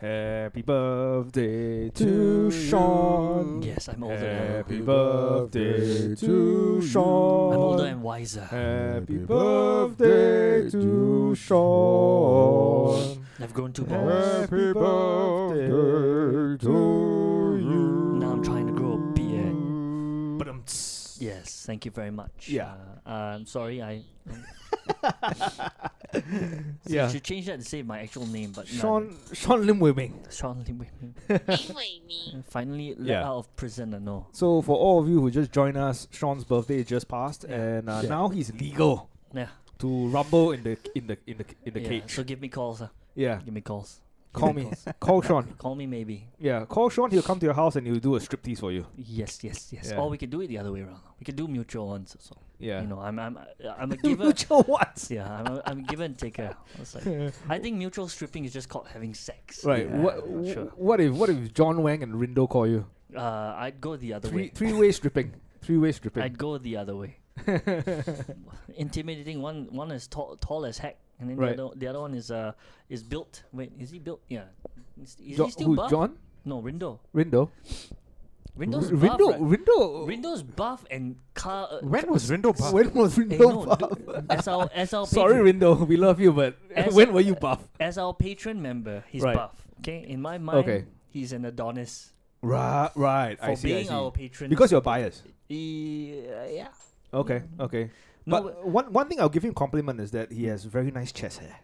Happy birthday to Sean. Yes, I'm older. now. Happy birthday to Sean. I'm older and wiser. Happy birthday to Sean. I've grown two balls. Happy birthday to you. Now I'm trying to grow a beard. But Yes, thank you very much. Yeah. Uh, uh, I'm sorry, I. um, Yeah. should change that to say my actual name, but Sean Sean Lim Wei Ming. none. Sean Lim Wei Min. 因为你 Finally, let Yeah. out of prison, I know. So for all of you who just joined us, Sean's birthday just passed, Yeah. and uh, Yeah. now he's legal Yeah. to rumble in the in the in the in the yeah. cage. So give me calls. Uh. yeah, Give me calls. Give call me, calls. call Sean. Call me maybe. Yeah, call Sean. He'll come to your house and he'll do a striptease for you. Yes, yes, yes. Yeah. Or we could do it the other way around. We could do mutual ones. So Yeah, you know, I'm I'm I'm a Give giver. what? yeah, I'm a, I'm a giver and taker. I was like, I think mutual stripping is just called having sex. Right. Yeah, what? I'm not Sure. What if? What if John Wang and Rindo call you? Uh, I'd go the other Three way. three way stripping. Three way stripping. I'd go the other way. Intimidating. One one is tall, tall as heck, and then Right. the, other, the other one is uh is built. Wait, is he built? Yeah. Is, is Jo- he still who? buff? John No, Rindo. Rindo. Rindo's R- buff. Rindo. right? Rindo. Rindo's buff and car. Uh, When was Rindo buff? When was hey, Rindo no, buff? dude, as our as our Sorry, patron- Rindo. We love you, but As- when were you buff? as our patron member, he's Right. buff. Okay, in my mind, Okay. he's an Adonis Right, right. for being our patron. Because you're biased. he, uh, yeah, Okay, okay. Mm. No, but one one thing I'll give him compliment is that he has very nice chest hair.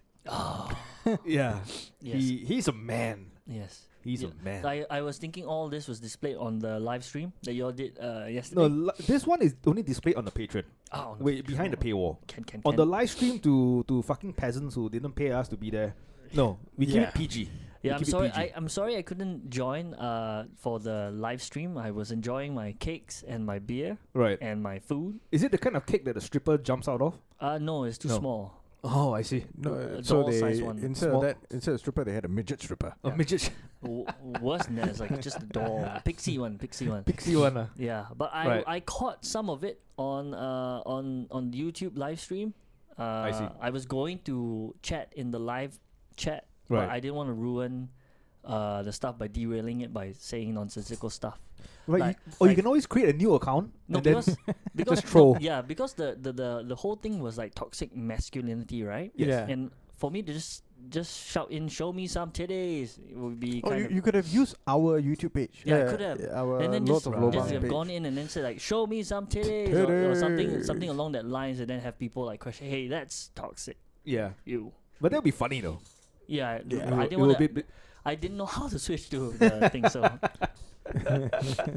yeah. yes, He he's a man. yes. He's Yeah. a man. I, I was thinking all this was displayed on the live stream that you all did uh, no, yesterday. li- this one is only displayed on the Patreon. Ah, on the Wait, behind the Patreon. paywall. Can can On can. the live stream to to fucking peasants who didn't pay us to be there. No, we keep Yeah. it PG. We yeah, I'm keep it sorry. PG. I, I'm sorry I couldn't join uh, for the live stream. I was enjoying my cakes and my beer Right. and my food. Is it the kind of cake that a stripper jumps out of? Uh, no, it's too No. small. Oh, I see. No, Uh, uh, the so they all-size one. Oh, instead Small. of that, instead of stripper, they had a midget stripper. A midget W- worse than that, it's like just a doll, pixie one, pixie one. pixie one. ah. Yeah, but I Right. I caught some of it on uh on on YouTube live stream. Uh, I see. was going to chat in the live chat, Right. but I didn't want to ruin uh the stuff by derailing it by saying nonsensical stuff. Right. Like- you, or you like- can always create a new account. No, and then because because no, troll. yeah, because the, the the the whole thing was like toxic masculinity, right? Yes. Yeah. And for me to just just shout in, show me some titties, it would be Oh, kind you, of you could have used our YouTube page. Yeah, I could have. uh, Our and then Lords just, of Right. just Lobang have page. gone in and then said like, show me some titties or, or something, something along that lines, and then have people like question, hey, that's toxic. yeah. You. But that'd be funny though. Yeah, I- Yeah. I It didn't will want be- to. be- I didn't know how to switch to the thing, so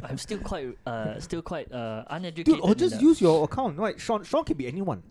I'm still quite, uh, still quite uh, uneducated. Dude, or in just that. use your account. Right, Sean. Sean can be anyone.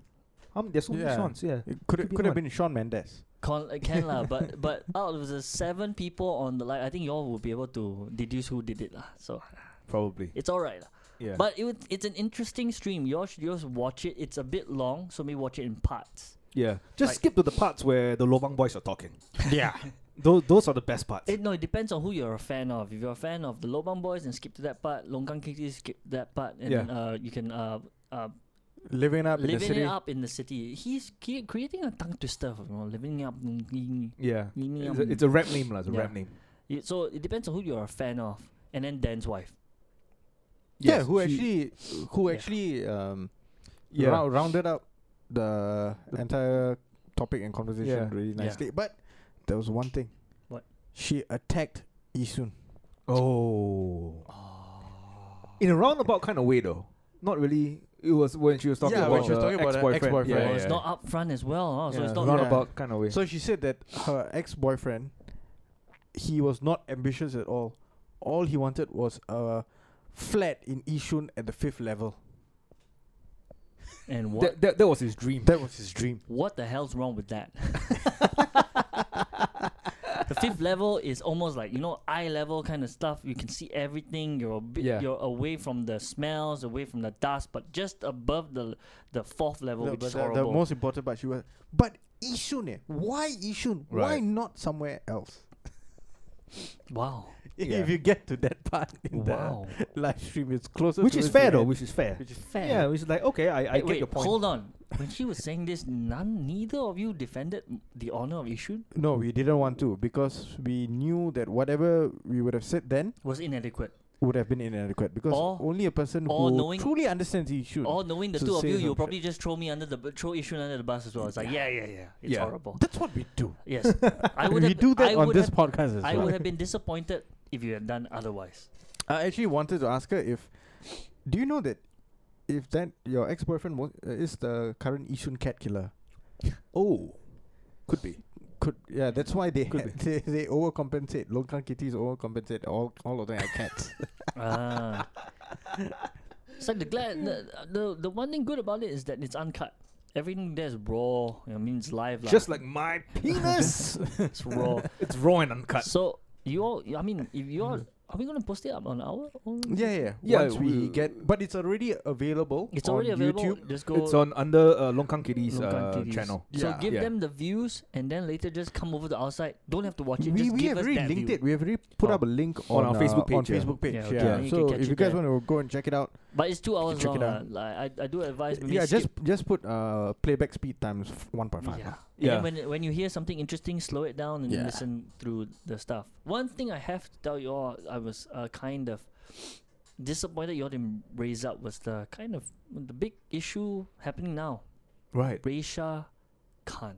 Um, there's so many Yeah. Sean's. Yeah. It could Could be could have anyone. been Sean Mendes. Con- uh, can lah, but but out of the seven people on the line, I think y'all will be able to deduce who did it lah. So Probably. it's alright lah. Yeah. But it, was- it's an interesting stream. Y'all should just watch it. It's a bit long, so maybe watch it in parts. yeah. Just like- skip to the parts where the Lobang boys are talking. Yeah. those those are the best parts. It, no, it depends on who you're a fan of. If you're a fan of the Lobang Boys, then skip to that part. Longkang Kiki, skip that part, and Yeah. then, uh, you can uh, uh, Living up in the living city. it up in the city. He's cre- creating a tongue twister, you know, living it up. mm, mm, yeah. mm, It's mm. a, it's a rap name, lah. It's a Yeah. rap name. Y- so it depends on who you're a fan of, and then Dan's wife. yeah, Yes, who he- actually who Yeah. actually um Yeah. rou- rounded up the The- entire topic and conversation Yeah. really Yeah. nicely. But there was one thing. What? She attacked Isun. Oh. In a roundabout kind of way, though. Not really. It was when she was talking Yeah, about when she was her talking about her ex-boyfriend. ex-boyfriend. Yeah, Oh, yeah, it's yeah. not up front as well, huh? so it's Yeah. not. Round like- roundabout kind of way. So she said that her ex boyfriend he was not ambitious at all. All he wanted was a flat in Ishun at the fifth level. And what? that, that, that was his dream. That was his dream. what the hell's wrong with that? the fifth level is almost like you know eye level kind of stuff. You can see everything. You're a bit, Yeah. you're away from the smells, away from the dust, but just above the the fourth level, No, which but is the- the, horrible. most important part she was but Ishun eh? Why Ishun? Why Right. not somewhere else? Wow. Yeah. If you get to that part in Wow. the live stream, it's closer. Which towards is the fair though. end. Which is fair. Which is Fair. Yeah, which is like okay, I, I Hey, get wait, your point. hold on. When she was saying this, none, neither of you defended m- the honor of Ishun no, we didn't want to because we knew that whatever we would have said then was inadequate. would have been inadequate because Or- only a person or who knowing- truly understands the issue. Or knowing the Hmm. So two of say you, you'll some probably just throw me under the bu- throw Ishun under the bus as well. It's like yeah, yeah, yeah. It's Yeah. horrible. That's what we do. Yes, I would we have. do that I on would this have, podcast as I well. would have been disappointed if you had done otherwise. I actually wanted to ask her if, do you know that, if that your ex boyfriend was uh, is the current Ishun cat killer, Oh, could be. could yeah that's why they Could ha- they, they overcompensate. Longkang kitties overcompensate. All all of them are cats. Ah. it's like the glad the, the the one thing good about it is that it's uncut. Everything there's raw. I mean, it's live. lah. Just like my penis, it's raw. it's raw and uncut. So you all, I mean, if you all, are we gonna post it up on our? own? yeah, yeah. Yeah, Once we we- get, but it's already available. It's on already available. YouTube. Just go. It's on under uh, Longkang Kiddies uh, Longkang TVs. channel. So Yeah. give Yeah. them the views, and then later just come over to our site. Don't have to watch it. We, just we give have us already that linked view. it. We have already put Oh. up a link On our uh, Facebook page, On yeah. Facebook page, Yeah, yeah. okay, then you can So catch if it you guys there. want to go and check it out, But it's two hours check long. it out. lah. Like, I, I do advise. Maybe yeah, skip. just just put uh playback speed times one point Yeah. five. And Yeah. then when when you hear something interesting, slow it down and Yeah. listen through the stuff. One thing I have to tell you all, I was uh, kind of disappointed you all didn't raise up was the kind of the big issue happening now. Right. Raisha Khan.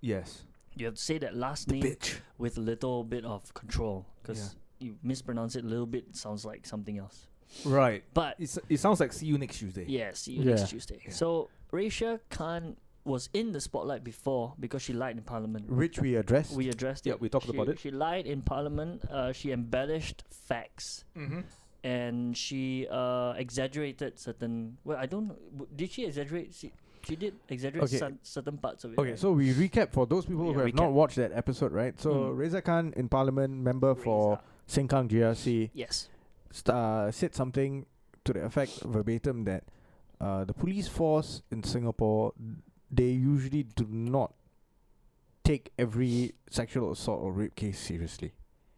Yes. You have to say that last name Bitch. with a little bit of control because you mispronounce it a little bit, it sounds like something else. Right. But It's, it sounds like see you next Tuesday. yeah, see you Yeah. next Tuesday. Yeah. So Raisha Khan was in the spotlight before because she lied in parliament. Which we addressed. We addressed Yeah, it. we talked she, about it. She lied in parliament. Uh, she embellished facts Mm-hmm. and she uh, exaggerated certain. Well, I don't. know, w- Did she exaggerate? She, she did exaggerate Okay. cer- certain parts of it. Okay, right? so we recap for those people who Yeah, have not recap. watched that episode, right? So Mm. Reza Khan in Parliament, member Raise for up. Sengkang GRC, yes, st- uh, said something to the effect verbatim that uh, the police force in Singapore they usually do not take every sexual assault or rape case seriously.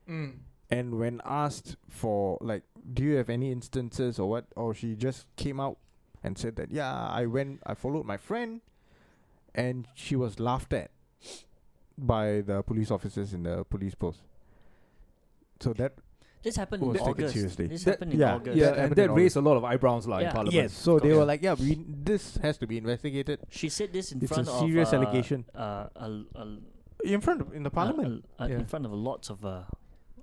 Mm. And when asked for like, do you have any instances or what, or she just came out and said that yeah, I went, I followed my friend, and she was laughed at by the police officers in the police post. So that this happened Was in taken August. seriously. This That- happened in yeah, August. Yeah, That and happened in that August. raised a lot of eyebrows like, Yeah. in Parliament. yes, so they Yeah. were like, yeah, we this has to be investigated She said this in It's a front of serious uh, allegation. Uh, a, a, a- in front of, in the parliament. a- a- Yeah. in front of lots of uh,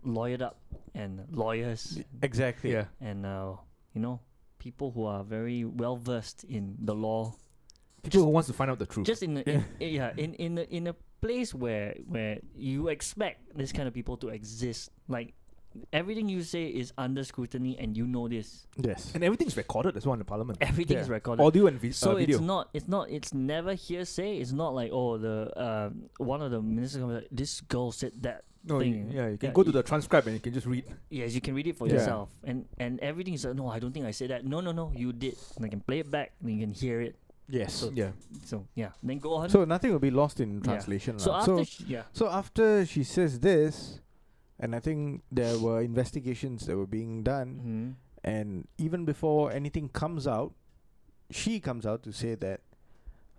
lawyered up and lawyers Uh, exactly. Yeah. and uh, you know people who are very well versed in the law. People who wants to find out the truth. just in, a, in in- yeah in in a, in a place where where you expect this kind of people to exist like everything you say is under scrutiny and you know this Yes. and everything's recorded as well in the Parliament. everything is Yeah. recorded Audio and vi- Eh, so uh, video. it's not it's not it's never hearsay it's not like oh the uh, one of the ministers come like, this girl said that no, you, thing. yeah, you can Yeah, go to you- the transcribe and you can just read. yes you can read it for Yeah. yourself and and everything is like no i don't think i said that no no no you did and i can play it back and you can hear it yes. So- Yeah. so yeah then go on so, So nothing will be lost in Yeah. translation. lah. after sh- yeah So after she says this, and I think there were investigations that were being done, hmm Mm-hmm. and even before anything comes out, she comes out to say that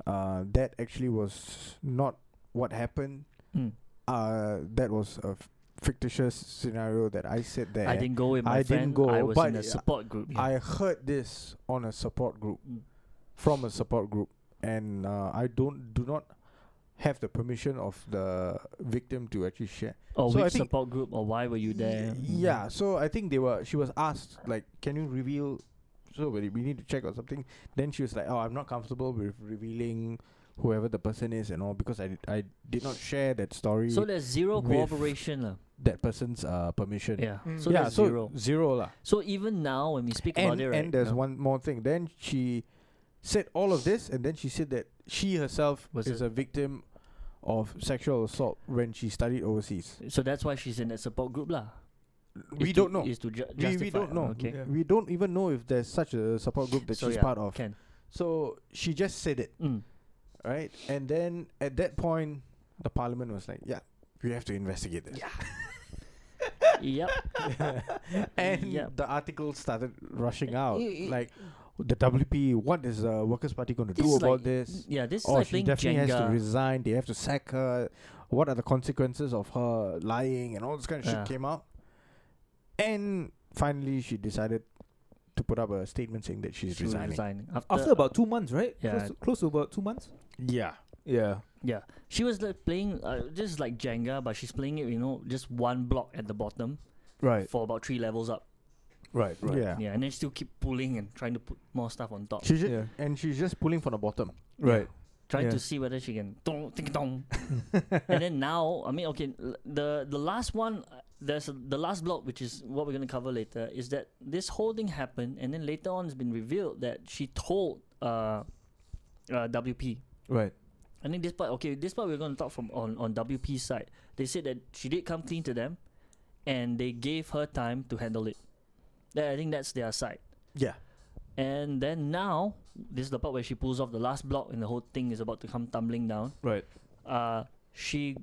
uh, that actually was not what happened. Mm. Uh, that was a f- fictitious scenario that I said there. I didn't go with my I friend. didn't go, I was but in a I- support group. yeah. I heard this on a support group Mm. from a support group, and uh, I don't do not have the permission of the victim to actually share. Or So I Oh, which think- support group, or why were you there? Mm-hmm. Mm. Y- Yeah, so I think they were. She was asked like, "Can you reveal?" So we we need to check or something. Then she was like, "Oh, I'm not comfortable with revealing whoever the person is and all because I did, I did not share that story So there's zero with- cooperation. lah. that person's uh permission." Yeah. Mm. So yeah, there's so zero. zero lah. So even now when we speak about And it, right? and there's now, one more thing. Then she said all of this, and then she said that she herself Was is it- a victim of sexual assault when she studied overseas. So that's why she's in that support group, lah. We Is don't to- know. Is to ju- We, justify. we don't know. Okay. Yeah. We don't even know if there's such a support group that So she's yeah, part of. Can. So she just said it, Mm. right? And then at that point, the parliament was like, "Yeah, we have to investigate this." Yeah. yep. and Yep. the article started rushing out. y- y- like the WP, what is the Workers' Party going to This do is like- about this? Yeah, this is Oh, like she playing definitely has to Jenga. resign. They have to sack her. What are the consequences of her lying and all this kind of Yeah. shit came out. And finally, she decided to put up a statement saying that she's She was resigning. resigning. After, After about two months, right? Yeah. Close to, close to about two months. Yeah. Yeah. Yeah, she was like playing. Uh, this is like Jenga, but she's playing it. You know, just one block at the bottom Right. for about three levels up. Right. Right. Yeah. Yeah, and then still keep pulling and trying to put more stuff on top, She ju- Yeah. and she's just pulling from the bottom. Right. trying yeah. to see whether she can dong ting dong. and then now, I mean, okay, l- the the last one, uh, there's a, the last block, which is what we're gonna cover later, is that this whole thing happened, and then later on, it's been revealed that she told uh, uh WP Right. I think this part okay, this part we're gonna talk from on, on WP side. They said that she did come clean to them and they gave her time to handle it. That, I think that's their side. Yeah. And then now, this is the part where she pulls off the last block and the whole thing is about to come tumbling down. Right. Uh she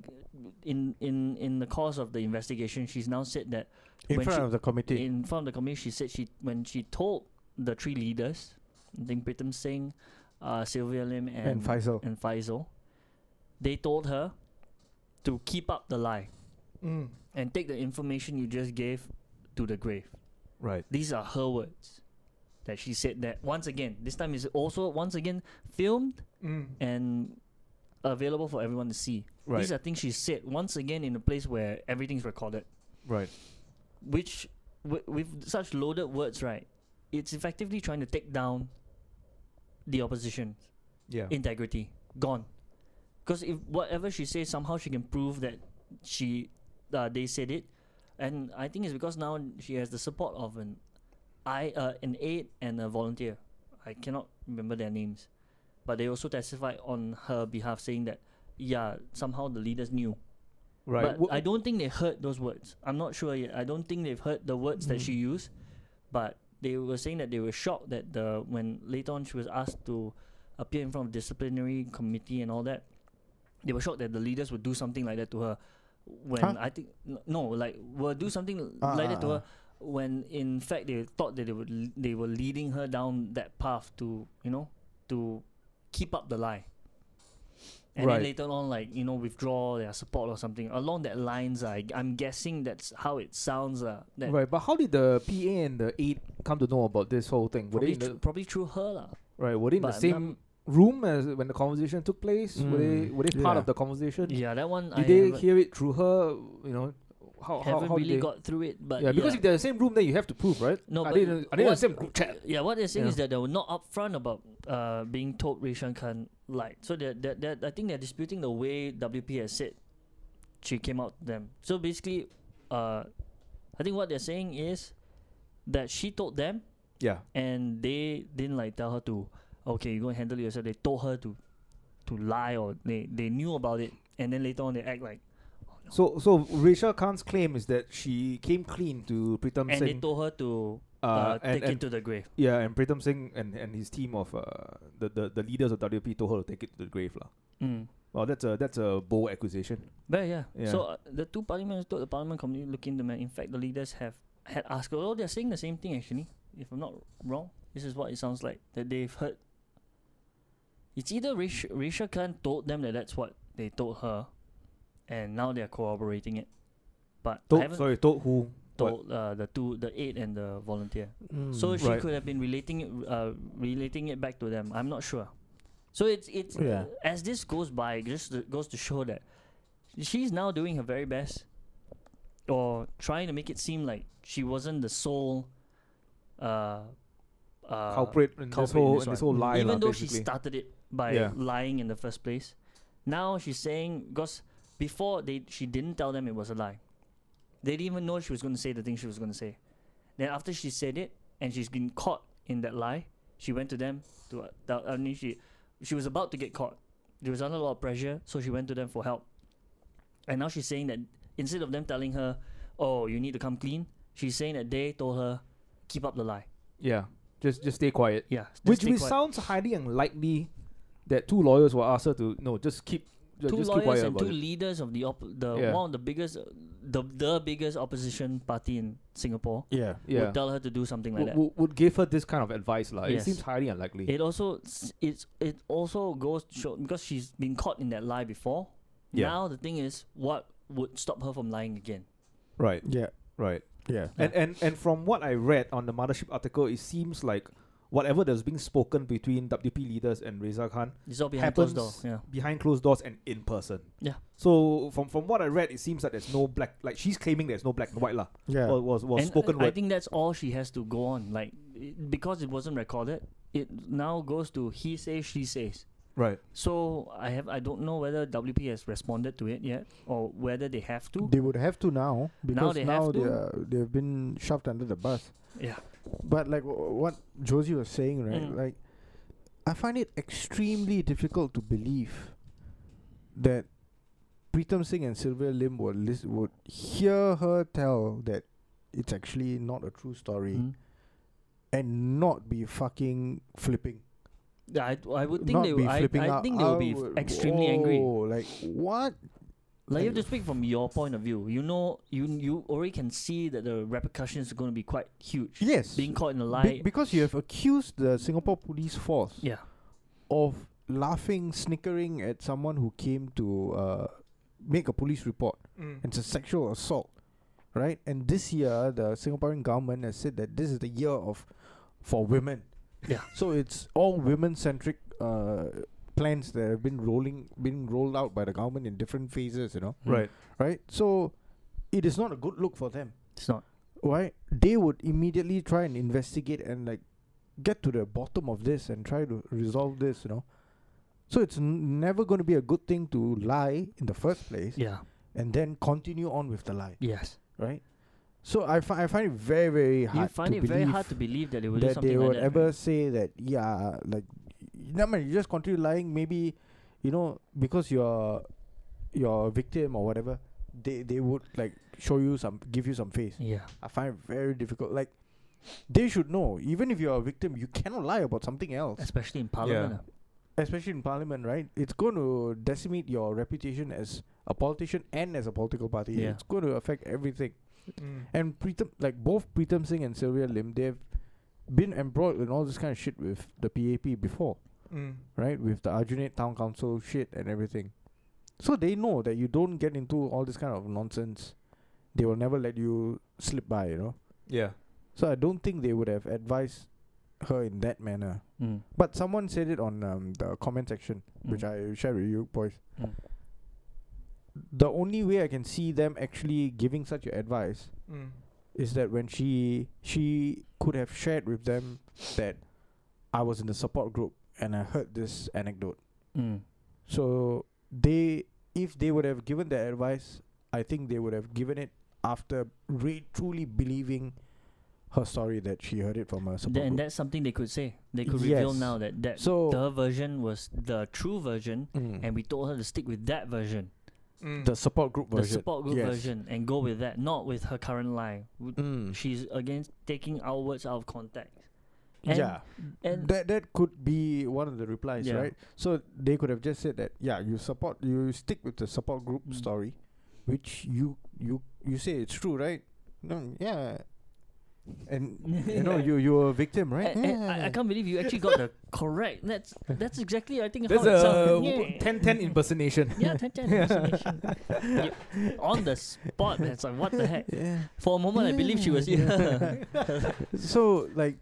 in in in the course of the investigation, she's now said that In When front she- of the committee. in front of the committee, she said she when she told the three leaders, I think Pritam Singh, uh, Sylvia Lim, and, and Faisal. and Faisal, they told her to keep up the lie Mm. and take the information you just gave to the grave. Right. These are her words that she said that once again. This time is also once again filmed Mm. and available for everyone to see. Right. These are things she said once again in a place where everything's recorded. Right. Which, w- with such loaded words, right, it's effectively trying to take down the opposition Yeah. integrity gone because if whatever she says somehow she can prove that she uh, they said it and i think it's because now she has the support of an i uh, an aide and a volunteer i cannot remember their names but they also testified on her behalf saying that yeah somehow the leaders knew right. but i don't think they heard those words i'm not sure yet i don't think they've heard the words that Mm. she used but they were saying that they were shocked that the when later on she was asked to appear in front of disciplinary committee and all that they were shocked that the leaders would do something like that to her when Huh? i think n- no like will do something Ah, like that to ah, her when in fact they thought that they would l- they were leading her down that path to you know to keep up the lie and Right. then later on like you know withdraw their support or something along that lines I, i'm guessing that's how it sounds uh, that Right, but how did the PA and the aide come to know about this whole thing? Were they probably, in the, thr- probably through her lah. right? Were they in the But same num- room as when the conversation took place? Were they Mm, were they part yeah. of the conversation? yeah that one Did i they haven't, hear it through her? You know, how how, haven't how did really they? got through it but yeah, because if they're in the same room, then you have to prove, right? No, are but they in a- are they in the what- same group chat? Yeah, what they're saying Yeah. is that they were not upfront about uh, being told Rishan Khan lied. So they're, they're, they're, I think they're disputing the way WP has said she came out to them. So basically, uh, I think what they're saying is that she told them Yeah, and they didn't like tell her to, okay, you go and handle it yourself. They told her to to lie or they, they knew about it and then later on they act like, So, so Rachel Khan's claim is that she came clean to Pritam and they Singh, told her to uh, uh, and, take it and to the grave. yeah, and Pritam Singh and, and his team of uh, the, the the leaders of WP told her to take it to the grave, lah. Mm. Well, that's a that's a bold accusation. But yeah. Yeah. So uh, the two parliaments told the parliament committee look into man. In fact, the leaders have had asked. Although they're saying the same thing actually. If I'm not wrong, this is what it sounds like that they've heard. It's either Rish- Risha Khan told them that that's what they told her, and now they're corroborating it. But I Told, haven't sorry, told who? what? Hmm, told uh, the two, the aide and the volunteer. Mm. So she Right. could have been relating it, uh, relating it back to them. I'm not sure. So it's it's Yeah. as this goes by, it just goes to show that she's now doing her very best, or trying to make it seem like she wasn't the sole uh, uh, culprit in this culprit in whole this in this one. whole lie, lah, Even though she basically. started it by Yeah. lying in the first place, now she's saying because before they she didn't tell them it was a lie. They didn't even know she was going to say the thing she was going to say. Then after she said it and she's been caught in that lie, she went to them to uh, tell- I mean she she was about to get caught. There was under a lot of pressure, so she went to them for help. And now she's saying that instead of them telling her, "Oh, you need to come clean," she's saying that they told her, "Keep up the lie." yeah, just just stay quiet. Yeah, just Which stay which quiet. sounds highly unlikely that two lawyers will ask her to no, just keep ju- two just keep lawyers quiet and about two it. leaders of the op- the Yeah. one of the biggest uh, the the biggest opposition party in Singapore Yeah. yeah. would tell her to do something like would, that. would, would give her this kind of advice, like Yes. It seems highly unlikely. It also s- it's it also goes to show because she's been caught in that lie before. Yeah. Now the thing is, what would stop her from lying again? right, Yeah. right. Yeah. And and and from what I read on the mothership article, it seems like whatever that was being spoken between WP leaders and Reza Khan It's all behind happens closed doors. Yeah. behind closed doors and in person. Yeah. So from from what I read, it seems that there's no black. Like she's claiming there's no black and white lah. Yeah. Was was, was and spoken I, I word. think that's all she has to go on. Like it, because it wasn't recorded, it now goes to he says she says. right. So I have I don't know whether WP has responded to it yet or whether they have to. They would have to now because they now they, have to. are they've been shoved under the bus. Yeah. But like w- what Josie was saying, right? Mm. Like, I find it extremely difficult to believe that Pritam Singh and Sylvia Lim would lis- would hear her tell that it's actually not a true story Mm. and not be fucking flipping. Yeah, I, I would think not they be will. I, flipping I out. think they will be f- would- Oh. extremely angry. whoa, Like what? Like you have to speak from your point of view. You know, you you already can see that the repercussions are going to be quite huge. Yes. being caught in a Be- lie. because you have accused the Singapore police force yeah, of laughing, snickering at someone who came to uh, make a police report. Mm, It's a sexual assault, right? And this year, the Singaporean government has said that this is the year of for women. Yeah. So it's all women-centric uh, plans that have been rolling, been rolled out by the government in different phases. You know, Mm. Right. right? So it is not a good look for them it's not. right? They would immediately try and investigate and like get to the bottom of this and try to resolve this, you know. So it's n- never going to be a good thing to lie in the first place Yeah. and then continue on with the lie, Yes. right? So I, fi- I find it very very hard. you find to it very hard to believe believe that they would do that something they would like that. ever say that yeah like never mind you just continue lying maybe you know because you're you're a victim or whatever they they would like show you some give you some face Yeah. I find it very difficult. Like they should know, even if you're a victim, you cannot lie about something else. Especially in Parliament. Yeah. ah. Especially in parliament, right? It's going to decimate your reputation as a politician and as a political party. Yeah. It's going to affect everything. mm, And Pritam, like both Pritam Singh and Sylvia Lim, they've been embroiled in all this kind of shit with the PAP before, mm. right? With the Arjunate Town Council shit and everything. So they know that you don't get into all this kind of nonsense. They will never let you slip by, you know? Yeah. So I don't think they would have advised her in that manner. Mm. But someone said it on um, the comment section, which I shared with you boys. Mm. The only way I can see them actually giving such a advice Mm, is that when she she could have shared with them that I was in the support group and I heard this anecdote. Mm. So they if they would have given that advice, I think they would have given it after re- truly believing her story that she heard it from her support Th- and group. that's something they could say. They could reveal Yes. now that that So- the version was the true version, Mm. and we told her to stick with that version, mm. the support group the version. support group Yes. version, and go with that, not with her current lie. W- Mm. She's against taking our words out of context. And- yeah, And that that could be one of the replies, Yeah. right? So they could have just said that, yeah, you support, you stick with the support group Mm. story, which you you you say it's true, right? No, yeah, and you know you you were a victim, A- right? a- I, I Yeah. can't believe you actually got the correct. That's that's exactly I think That's how it a sounded. Yeah. 10-10 impersonation. Yeah, 10 10 impersonation. You- on the spot, man. It's like, what the heck? yeah. For a moment, I believed she was here. So like,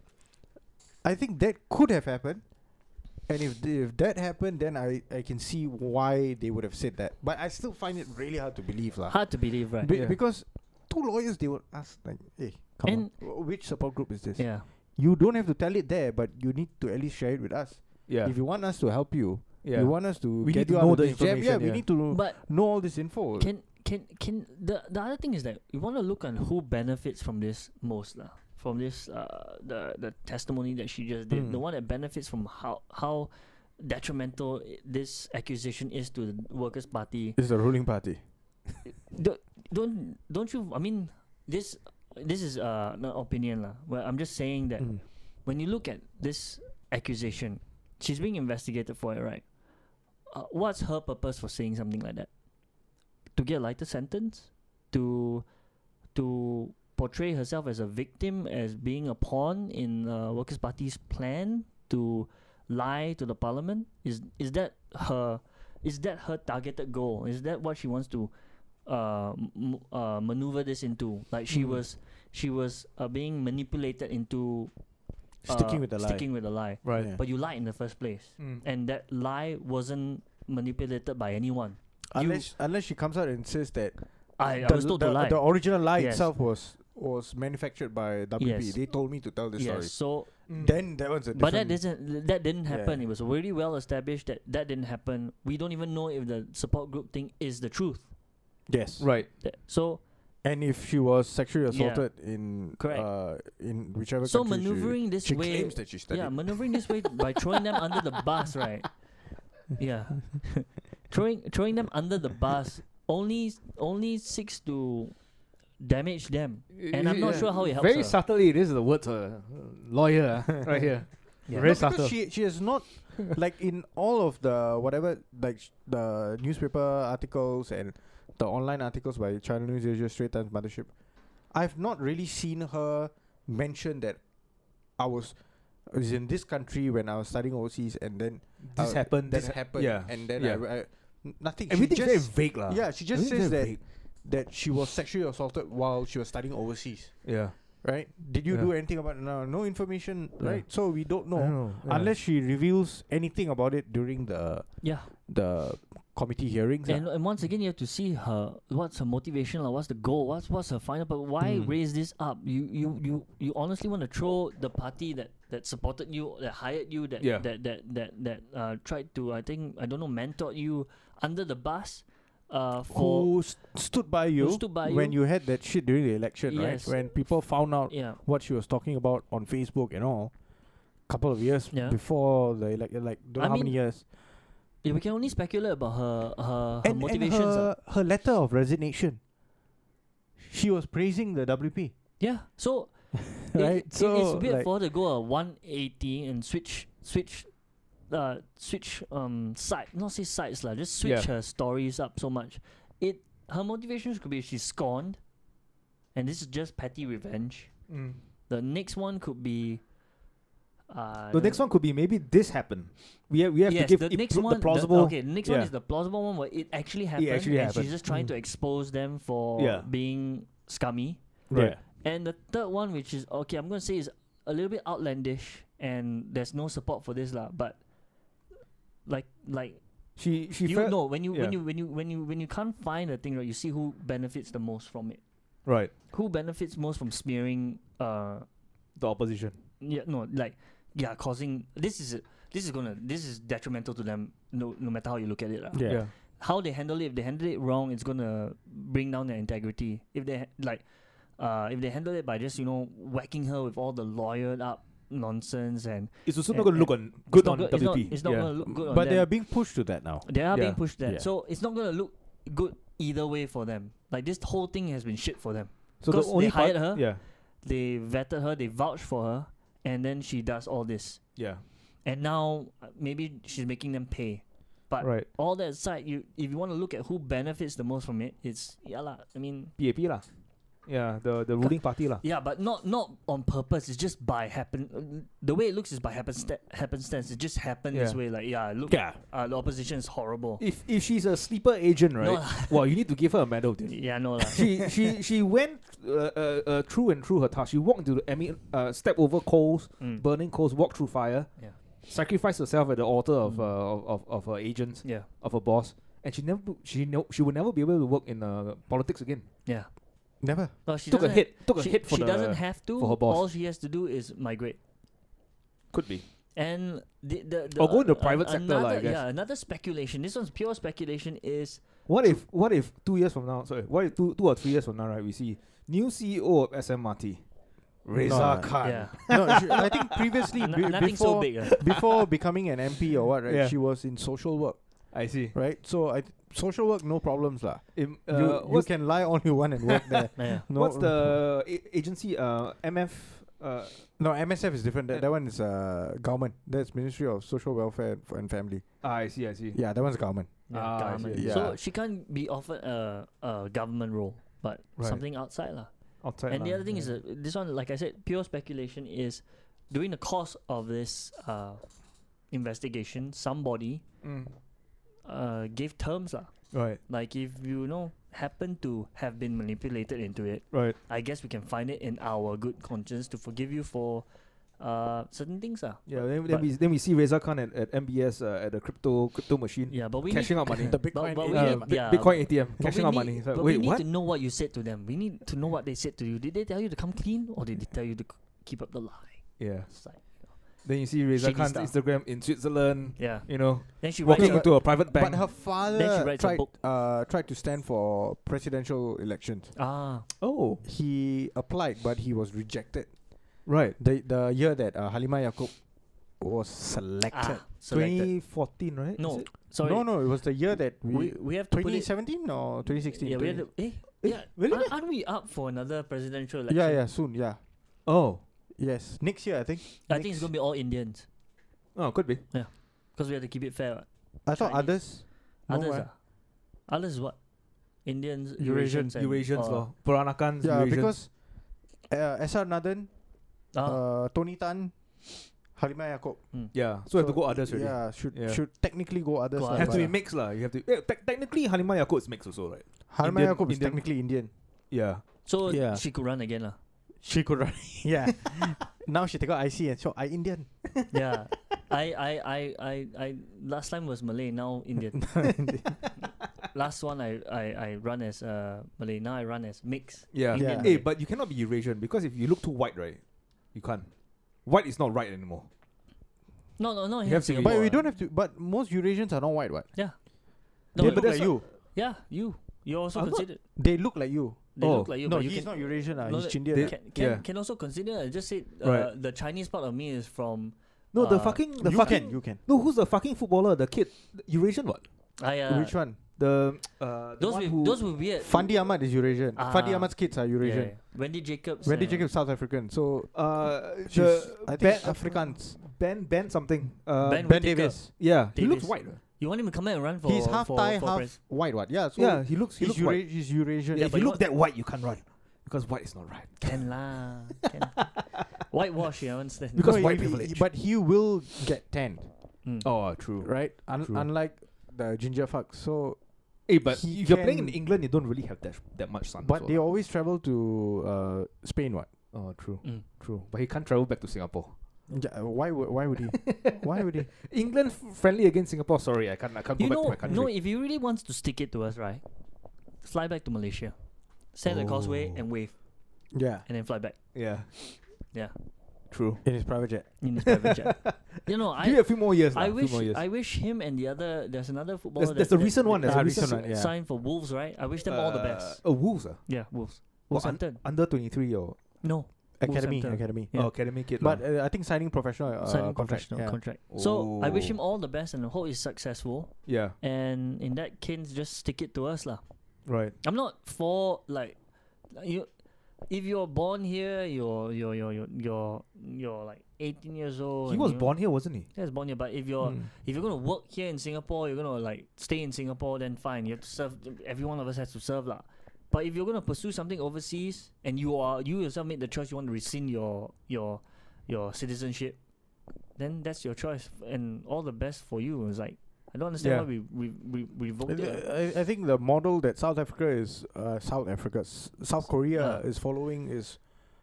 I think that could have happened, and if th- if that happened, then I I can see why they would have said that. But I still find it really hard to believe, lah. Hard to believe, right? Yeah. Be- Because two lawyers they would ask like, "Hey, come on, And- wh- which support group is this? Yeah. You don't have to tell it there, but you need to at least share it with us. Yeah. If you want us to help you, yeah. you want us to We get need to you out know of the this jam, information, Yeah, yeah. we need to But know all this info. can can can the the other thing is that you want to look on who benefits from this most, lah. From this, uh, the the testimony that she just did, the Mm. one that benefits from how how detrimental i- this accusation is to the Workers' Party. It's the ruling party. don't don't don't you i mean this this is uh not opinion lah. well i'm just saying that Mm. when you look at this accusation she's being investigated for it right uh, what's her purpose for saying something like that to get a lighter sentence to to portray herself as a victim, as being a pawn in uh, Workers' Party's plan to lie to the parliament? Is is that her? Is that her targeted goal? Is that what she wants to uh, m- uh, maneuver this into? Like she Mm. was, she was uh, being manipulated into uh, sticking with the lie. Sticking with the lie. Right. Yeah. But you lied in the first place, Mm. and that lie wasn't manipulated by anyone. unless unless she comes out and says that I, I the, was told the, to lie. the original lie Yes. itself was was manufactured by WP. Yes. They told me to tell this story. yes. So mm. Then that was a But that different- isn't that didn't Yeah. happen. It was already well established that that didn't happen. We don't even know if the support group thing is the truth. yes Right. That- So And if she was sexually Yeah. assaulted in Correct. uh, in whichever country so she- maneuvering this she, way, claims that she studied. yeah, maneuvering this way by throwing them under the bus, right? Yeah, throwing throwing them under the bus only only seeks to damage them. And I'm not sure how it helps Very her. subtly, this is the words of a lawyer uh, right here. Yeah. Very No, because subtle. she she has not like in all of the whatever like sh- the newspaper articles and the online articles by China News Asia, Straits Times, Mothership. I've not really seen her mention that I was, I was in this country when I was studying overseas, and then This uh, happened. This that ha- happened. Yeah. and then yeah. I, I- n- nothing. she Everything's very just, vague, lah. yeah, she just Everything's says very that that she was sexually assaulted while she was studying overseas. vague. Yeah. Right? Did you Yeah. do anything about it? No, no information. Yeah. Right? So we don't know I don't know. Yeah. Oh. unless she reveals anything about it during the yeah. the committee hearings. ah. And, and once again, you have to see her. What's her motivation? Like, what's the goal? What's what's her final? But why Mm. raise this up? You you you you honestly want to throw the party that that supported you, that hired you, that Yeah. that that that that uh, tried to I think I don't know mentor you under the bus, uh for ah, who s- stood by you stood by when you. had that shit during the election, Yes. right? When people found out yeah what she was talking about on Facebook and all, couple of years Yeah. before the like like don't I know how many mean, years. yeah we can only speculate about her her, her and motivations and ah. her, her letter of resignation. She was praising the WP, yeah so it- right? it- so it's weird like, for her to go a 180 and switch switch uh switch um side not say sides lah just switch her stories up so much it her motivations could be she's scorned and this is just petty revenge Mm. the next one could be uh The next one could be maybe this happened. We have, we have yes, to give the it next pl- one the plausible. okay the next yeah. one is the plausible one where it actually happened actually and happened. Mm. she's just trying to expose them for Yeah. being scummy Right. and the third one, which is okay, I'm gonna say is a little bit outlandish, and there's no support for this lah. But like, like She she you felt know, when you when yeah. you when you when you when you can't find a thing right, you see who benefits the most from it. right Who benefits most from smearing? Uh, the opposition. yeah, no, like yeah, causing this is this is gonna this is detrimental to them. No, no matter how you look at it lah yeah. how they handle it. If they handle it wrong, it's gonna bring down their integrity. If they ha- like, uh, if they handle it by just you know whacking her with all the lawyered up nonsense and It's also And- not going to look on good on it's not, WP. it's not yeah. gonna look good on but they them. are being pushed to that now. They are Yeah. being pushed there, Yeah. so it's not gonna look good either way for them. Like this whole thing has been shit for them. so the because they only hired part- her. Yeah. They vetted her, they vouched for her, and then she does all this. Yeah. And now uh, maybe she's making them pay. But Right. all that aside, you if you want to look at who benefits the most from it, it's yeah lah. I mean, PAP lah. Yeah. The the ruling party lah. Yeah, but not not on purpose. It's just by happen. The way it looks is by happenstance. Happenstance. It just happened this Yeah. way. Like yeah, look. Yeah. Uh, the opposition is horrible. If if she's a sleeper agent, right? No well, you need to give her a medal. Dude. Yeah, no lah. she she she went uh, uh, uh, through and through her task. She walked into the I mean, uh, step over coals, Mm. burning coals, walked through fire, Yeah. sacrificed herself at the altar of, Mm. uh, of, of of her agents, yeah, of her boss, and she never she no, she will never be able to work in uh, politics again. yeah. Never. No, she took a doesn't- hit, took she, a hit for she the doesn't have to. for her boss. All she has to do is migrate. could be And the the, the Or go into private sector lah, I another, guess. Yeah, another speculation. This one's pure speculation. Is What if what if two years from now? Sorry, what if two two or three years from now? Right, we see new CEO of SMRT, Reza No, Khan. yeah, no, she, I think previously N- be- nothing so before big. ah. before becoming an MP or what, right? Yeah. She was in social work, I see. right? So I th- social work, no problems lah. Im- You- uh, you, what's, can lie all you want and work there. yeah. No, what's the a- agency? Uh, MF. Uh, no MSF is different. That, Yeah. that one is uh government. That's Ministry of Social Welfare and, and Family. ah, I see. I see. Yeah, that one's government. Ah, Yeah, I see, government. I see. So Yeah. she can't be offered a, a government role. but Right. something outside lah. outside. and the lah, other thing is yeah. that this one, like I said, pure speculation is during the course of this uh, investigation, somebody Mm. uh, gave terms lah. Right. Like if you know happen to have been manipulated into it, Right. I guess we can find it in our good conscience to forgive you for uh, certain things lah. yeah. Then, then but- we then we see Reza Khan at, at MBS uh, at the crypto crypto machine Yeah, but we cashing need, out money. The big but, point but we uh, need, Bi- yeah, Bitcoin ATM but we cashing out need- money. It's like, but wait, we need what? to know what you said to them. We need to know what they said to you. Did they tell you to come clean, or did they tell you to c- keep up the lie? Yeah. It's like, Then you see Reza Shady Khan's stuff. Instagram in Switzerland. yeah. You know, Then she writes walking but- into a private bank. But her father writes a tried, book. uh, tried to stand for presidential elections. ah oh, He applied, but he was rejected. right. The the year that uh, Halimah Yacob was selected. ah selected. 2014, right? Is No, it? sorry. No, no, it was the year that we. we we have to put it. 2017 or 2016? Yeah, we have to. Eh, Eh, yeah. really? Aren't, aren't we up for another presidential election? yeah, yeah, soon, yeah. Oh, Yes, next year I think. I think it's gonna be all Indians oh, could be. because we have to keep it fair. Right? I thought Chinese. others. No, Others, eh? I- ah. are, others is what? Indians, Eurasian, Eurasians, and, uh, Eurasians, or- law. Peranakans, Yeah, Eurasians. because uh, SR Nathan, Ah, uh, Tony Tan, Halimah Yacob. yeah, so, you have to So, go others already. Yeah, should Yeah. should technically go others. Go lah, You have to but- be mixed, lah. You have to. eh, tec- technically, Halimah Yacob is mixed also, right? Halimah Indian- Yacob is Indian- technically Indian. Yeah. so yeah. she could run again, lah. She could run. yeah. now she take out IC and so I Indian. Yeah, I, I, I, I, I. Last time was Malay, now Indian. last one I, I, I run as uh Malay, now I run as mix. Yeah. Yeah. Hey, but you cannot be Eurasian because if you look too white, right, you can't. White is not right anymore. No, no, no. You here in have to be- Singapore, But we ah. don't have to. But most Eurasians are not white, what? No, they you- look like you. Yeah, you. You're also I'm not- considered. They look like you. They Oh, look like you. no, but you he's can, not Eurasian. ah, no, he's they- Chindian. they- ah. Can, can, Yeah. can also consider. uh, Just say uh, Right. the Chinese part of me is from. No, the Uh, fucking the you fucking can. You can. no. Who's the fucking footballer? The kid, the Eurasian one. I. Uh, Which one? The uh, the those one with who, those with weird. Fandi Ahmad is Eurasian. Fandi Ah. Ahmad's kids are yeah, Eurasian. yeah. Wendy Jacobs. Wendy uh, Jacobs South African. So uh, she's the I think Ben Afrikaans. Ben Ben something. Uh, Ben Ben Whittaker. Davis. yeah, he looks Davis. white. right? You want him to come out and run for? he's half for, Thai, for half pres- white. What? Yeah. So yeah, he looks he he's, looks Eura- white. he's Eurasian. Yeah, if but you you look want- that white, you can't run because white is not right. Can lah. Can. Whitewash. Yeah, I understand. Because No, white he- he- privilege. But he will get tanned, Mm. Oh, true. right? Un- True. unlike the ginger fucks. So, Hey, Eh, but He if you're playing in can- England, you don't really have that that much sun. but so- they always travel to uh, Spain. What? oh, true, Mm. true. But he can't travel back to Singapore. Yeah, uh, why would why would he? why would he? England f- friendly against Singapore. Sorry, I can't. I can't You go know, back to my no. country. If he really wants to stick it to us, right? Fly back to Malaysia, stand at the causeway Oh. and wave, Yeah, and then fly back yeah, Yeah. true. in his private jet. in his private jet. You know, I Give it a few more years. lah, I few wish more years. I wish him and the other there's another footballer there's, there's a that- recent that- one. There's Ah, a recent recent one, yeah. signed for Wolves, right? I wish them all the best. Uh, Oh, Wolves. ah. Yeah, Wolves. Well, un- Wolverhampton. under twenty three or No, Academy, Wolverhampton. academy. Yeah. oh, academy kid. But lah. uh, I think signing professional uh, signing contract. professional yeah. contract. So I wish him Oh. all the best and hope he's successful. yeah, And in that case, just stick it to us, lah. right. I'm not for like like, you. If you're born here, you're you're you're you're you're, you're like 18 years old. He and was you- born here, wasn't he? He was born here, but if you're Mm. if you're gonna work here in Singapore, you're gonna like stay in Singapore, then fine. You have to serve. Every one of us has to serve, lah. But if you're gonna pursue something overseas and you are you yourself made the choice, you want to rescind your your your citizenship, then that's your choice, and all the best for you. It's like I don't understand Yeah. why we we we revoked it. I, I think the model that South Africa is, uh, South Africa, S- South Korea Yeah. is following is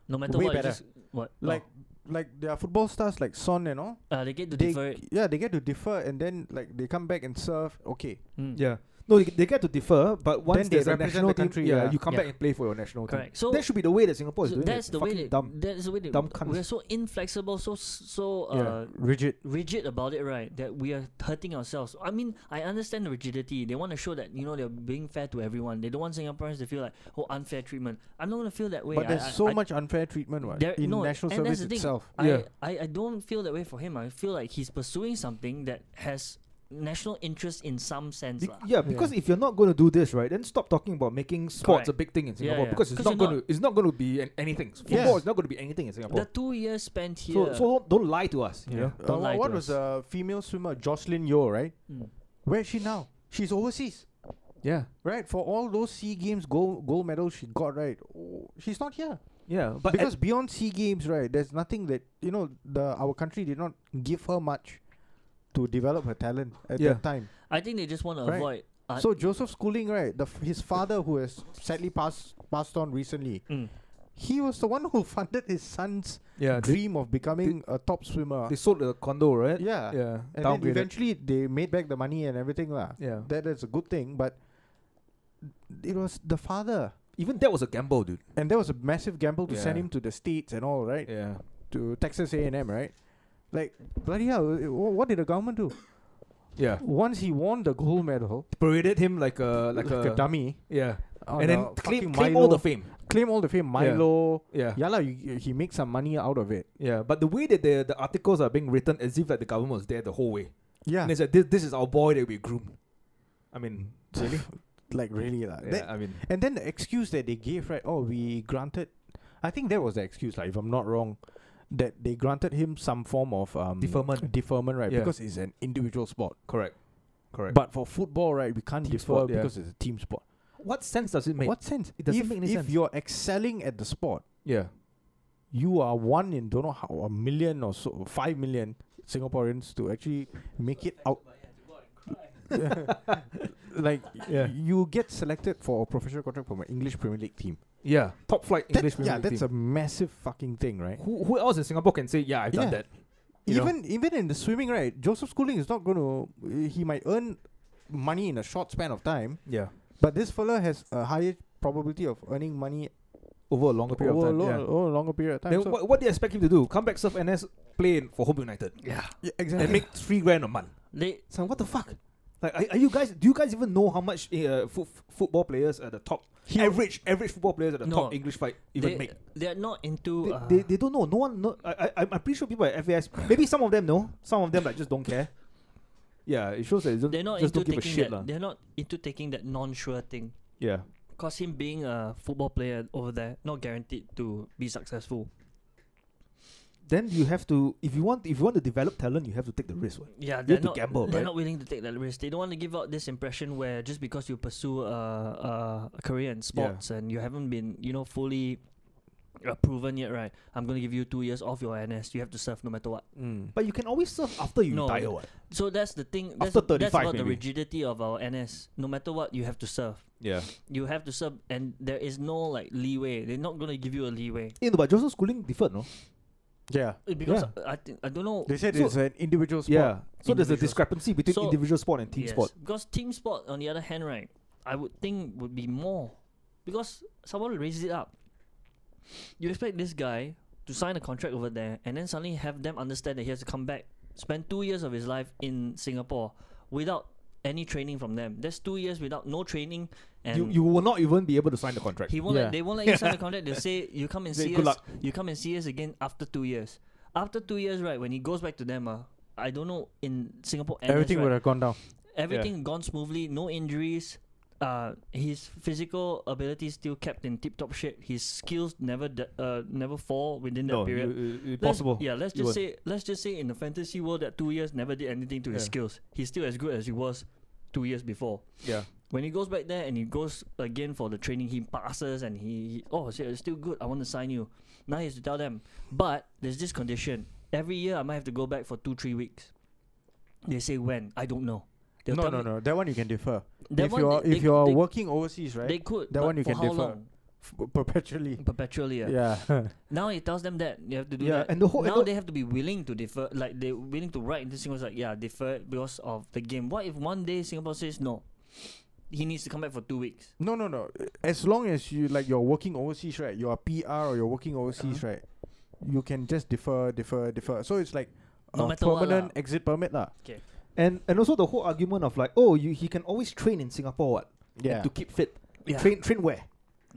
No matter way what, it's better. just what oh, like like their football stars like Son and all. uh, they get to they- defer it. Yeah, they get to defer and then like they come back and serve. Okay, Mm. Yeah. No, they, they get to defer, but once they there's a represent national the team- country, yeah, yeah. you come Yeah. back and play for your national team. Correct. So that should be the way that Singapore is so doing. that's it. the way Fucking that dumb. that is the way that dumb cunts. we're so inflexible, so s- so uh, Yeah. rigid. rigid about it, right? That we are hurting ourselves. I mean, I understand the rigidity. They want to show that you know they're being fair to everyone. They don't want Singaporeans to feel like oh unfair treatment. I'm not gonna feel that way. but there's I, I- so I, much unfair treatment what, There- in no, national and that's service the thing. itself. I, Yeah. I I don't feel that way for him. I feel like he's pursuing something that has national interest in some sense. Be- lah. yeah, because if you're not going to do this, right, then stop talking about making sports Correct. a big thing in Singapore yeah. because it's 'Cause not you're going to not- it's not going to be an, anything. Football Yes. is not going to be anything in The Singapore. two years spent here. So, so don't, don't lie to us. You Yeah. know? Uh, Don't lie what to was us. the female swimmer Jocelyn Yeo, right? Mm. Where is she now? She's overseas. Yeah. Right for all those Sea Games gold gold medals she got right, oh, she's not here. Yeah, but because beyond Sea Games, right, there's nothing that you know the our country did not give her much to develop her talent at Yeah. that time. I think they just want to Right. avoid. I- so Joseph Schooling, right, the f- his father who has sadly passed passed on recently, Mm. he was the one who funded his son's yeah, they, dream of becoming a top swimmer. they sold the condo, right? yeah. yeah, And then downgraded. eventually they made back the money and everything lah. yeah, That is a good thing, but it was the father. even that was a gamble, dude. And there was a massive gamble to send Yeah. him to the states and all, right? Yeah, to Texas A&M, right? Like bloody hell, uh, wha- what did the government do? yeah, Once he won the gold medal, paraded him like a like, a, Oh, dummy, yeah, on and then a claim, fucking claim all the Milo- fame. claim all the fame, Milo. Yeah, Yeah, lah, you- you- he makes some money out of it. yeah, but the way that the the articles are being written as if like the government was there the whole way, Yeah, and it's like this this is our boy that we groomed. I mean, really? like really lah. yeah, That- I mean, and then the excuse that they gave, right? Oh, we granted. I think that was the excuse, like if I'm not wrong, that they granted him some form of um, Deferment. Deferment, right? Yeah. Because it's an individual sport. correct, correct. But for football, right, we can't Team defer sport, yeah. because it's a team sport. what sense does it make? What sense? it doesn't if, make any if sense. you're excelling at the sport, Yeah, you are one in don't know how a million or so five million Singaporeans to actually make it out. like Yeah. you get selected for a professional contract from an English Premier League team. yeah, top flight That- English. yeah, Premier League that's team. a massive fucking thing, right? who, who else in Singapore can say yeah I've done Yeah. that? You know. Even even in the swimming, right? Joseph Schooling is not going to. He might earn money in a short span of time, Yeah, but this fella has a higher probability of earning money over a longer period over, of time. a lo- yeah. over a longer period of time. Then so what, what do you expect him to do? Come back, serve NS, play in- for Home United. Yeah. Yeah, exactly. And make three grand a month. They So what the fuck? Like, are, are you guys? Do you guys even know how much uh, fo- football players at the top, average average football players at the No. top English fight even they, make? They're not into. They, uh, they, they don't know. No one know. I, I I'm- I'm pretty sure people at FAS. Maybe some of them know. Some of them like just don't care. Yeah, it shows that they don't, they're not just into don't give a taking shit lah. that. They're not into taking that non-sure thing. Yeah, Cause him being a football player over there, not guaranteed to be successful. then you have to if you want if you want to develop talent, you have to take the risk. Right? Yeah, You they're have to not. gamble, they're right? not willing to take that risk. They don't want to give out this impression where just because you pursue a, a, a career in sports and you haven't been, you know, fully uh, proven yet, right? I'm going to give you two years off your NS. You have to serve no matter what. Mm. But you can always serve after you No, retire. th- What? So that's the thing. That's, After that's 35 about the maybe. rigidity of our NS. No matter what, you have to serve. Yeah. You have to serve, and there is no like leeway. They're not going to give you a leeway You know, Eh, but Joseph Schooling deferred, no? yeah. Uh, because Yeah. I think I don't know. They said So- it's an individual sport. Yeah. So there's a Individual discrepancy between So- individual sport and team Yes, sport. Because team sport, on the other hand, right, I would think would be more. Because someone raised it up. You expect this guy to sign a contract over there and then suddenly have them understand that he has to come back, spend two years of his life in Singapore without any training from them. That's two years without no training and You, you will not even be able to sign the contract. he won't Yeah. let, they won't let you sign the contract. They'll say you come and Say, see "Good us luck." you come and see us again after two years. After two years, right, when he goes back to them, uh, I don't know in Singapore NS, Everything right, would have gone down. everything gone smoothly, no injuries. Uh, his physical ability still kept in tip-top shape. His skills never de- uh, never fall within that no, you- period. you- Let's- impossible. Yeah, let's You just won't. say let's just say in the fantasy world that two years never did anything to his Yeah. skills. He's still as good as he was two years before. Yeah. When he goes back there and he goes again for the training, he passes and he, he oh shit, it's still good. I want to sign you. Now he has to tell them, but there's this condition. Every year I might have to go back for two three weeks. They say when I don't know. They'll no, tell no, me- no. That one you can defer. that if one you're they- if they- you're they- working overseas, right, They could. That but one you can for how defer. long? F- perpetually. Perpetually. Yeah. Yeah. Now he tells them that you have to do Yeah, that. and the whole- and now the- they have to be willing to defer. Like they're willing to write into Singapore like, yeah, defer because of the game. What if one day Singapore says no? He needs to come back for two weeks. no, no, no. As long as you like, you're working overseas, right? You're a PR or you're working overseas, right? You can just defer, defer, defer. So it's like No a matter what permanent lah. exit permit, lah. And and also the whole argument of like, oh, you, he can always train in Singapore what? And Yeah. to keep fit. Yeah. Train train where?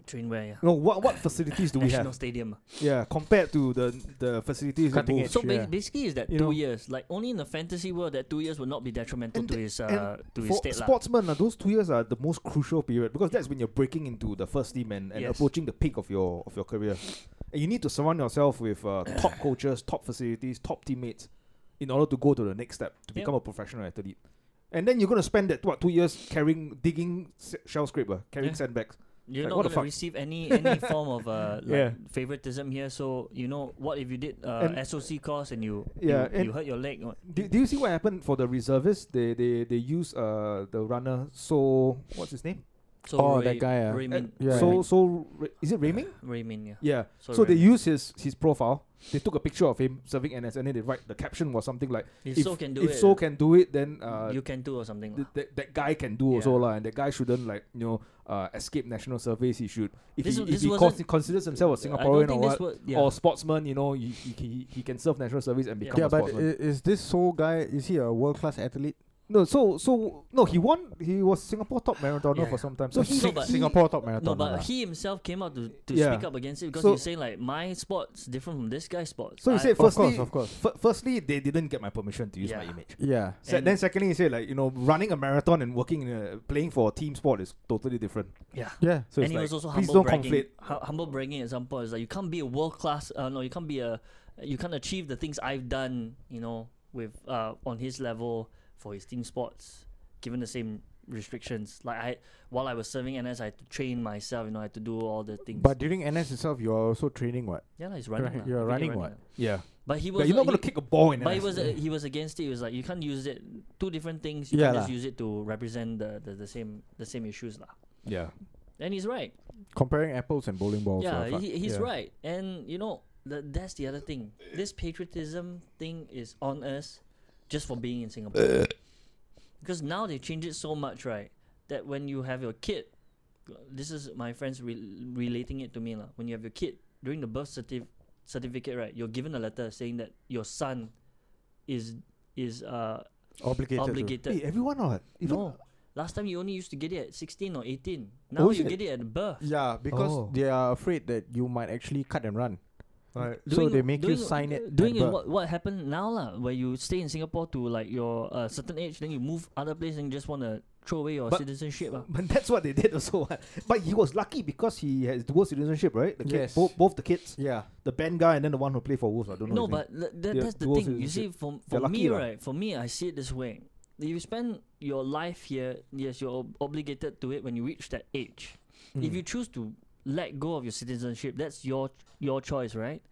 Train where? Yeah. No, what what facilities do we National have? Stadium. Yeah, compared to the the facilities in Cutting Wolves. edge. So ba- yeah. basically, is that You two know- years? Like only in the fantasy world, that two years will not be detrimental And to the- his and uh, to his For state lah. sportsmen, uh, those two years are the most crucial period because that's when you're breaking into the first team and, and Yes. approaching the peak of your of your career. And you need to surround yourself with uh, top coaches, top facilities, top teammates, in order to go to the next step to Yep. become a professional athlete. And then you're gonna spend that what two years carrying digging s- shell scraper, carrying Yeah. sandbags. You're Like, not what the gonna fuck? receive any any form of uh like Yeah. favoritism here. So you know what if you did uh, And- SOC course and you Yeah, you, and- you hurt your leg. or- Do, do you see what happened for the reservists? They they they use uh the runner so what's his name? So Oh, Ray- that guy, ah. Ray Min- Yeah. so so Ra- is it Rayming? Ray Min, yeah. Yeah. So So, they Rayming. use his his profile. They took a picture of him serving NS, and then they write the caption was something like, If, so can do if it. so can do it, then uh, you can do or something. th- lah. that that guy can do also Yeah. lah, and that guy shouldn't like you know uh, escape national service. He should if This he, w- if this he cons- wasn't- considers himself a I don't Singaporean or think what, this wa- yeah. or sportsman, you know, he, he, he, he can serve national service and Yeah. become Yeah, a but i sportsman. is this Soul guy? Is he a world class athlete? no, so so no, he won. He was Singapore top marathoner Yeah, yeah. for some time. So So he- he, No, but- Singapore top marathoner. no, but lah. he himself came out to, to Yeah. speak up against it because So- he's saying like my sport's different from this guy's sports. so you I- say of firstly, course, of course. fir- firstly they didn't get my permission to use my Yeah. image. Yeah, Se- And- then secondly, you say like you know, running a marathon and working in a, playing for a team sport is totally different. yeah. yeah. So it's and he like, was also please humble don't bragging. conflate. hu- humble bragging at some point. It's like you can't be a world class. Uh, no, you can't be a. You can't achieve the things I've done. You know, with uh, on his level for his team sports, given the same restrictions. Like I, while I was serving NS, I had to train myself. You know, I had to do all the things. But during NS itself, you are also training what? yeah, lah, he's running. Right, lah. you're Freaking running what? lah. Yeah, But he was. but you're not uh, gonna he- kick a ball in. But NS. he was uh, he was against it. He was like, you can't use it. Two different things. You Yeah can't just lah. use it to represent the, the, the same the same issues lah. yeah, And he's right. Comparing apples and bowling balls. yeah, lah, fuck. he, he's Yeah. right. And you know, the, that's the other thing. This patriotism thing is on us just for being in Singapore. because now they change it so much, right? That when you have your kid, this is my friends re- relating it to me lah. When you have your kid during the birth certif- certificate, right? You're given a letter saying that your son is is uh obligated. to- obligated. Hey, eh. everyone or what? Even- no, last time you only used to get it at sixteen or eighteen. Oh, Now is you it? get it at birth. Yeah, because Oh. they are afraid that you might actually cut and run. Right. so they make you sign it. Doing at it birth. what, what happened now lah, where you stay in Singapore to like your uh, certain age, then you move other place and you just want to throw away your But- citizenship. lah. But that's what they did also. what. but he was lucky because he has dual citizenship, right? The kid, Yes. both, both the kids, Yeah. the band guy and then the one who played for Wolves. I don't know. his No, name. but th- that, They're that's the dual thing. You see, citizenship. for, They're for lucky me, lah. right? For me, I see it this way. You spend your life here, yes, you're ob- obligated to it when you reach that age. Mm. If Hmm. you choose to let go of your citizenship, that's your your choice, right?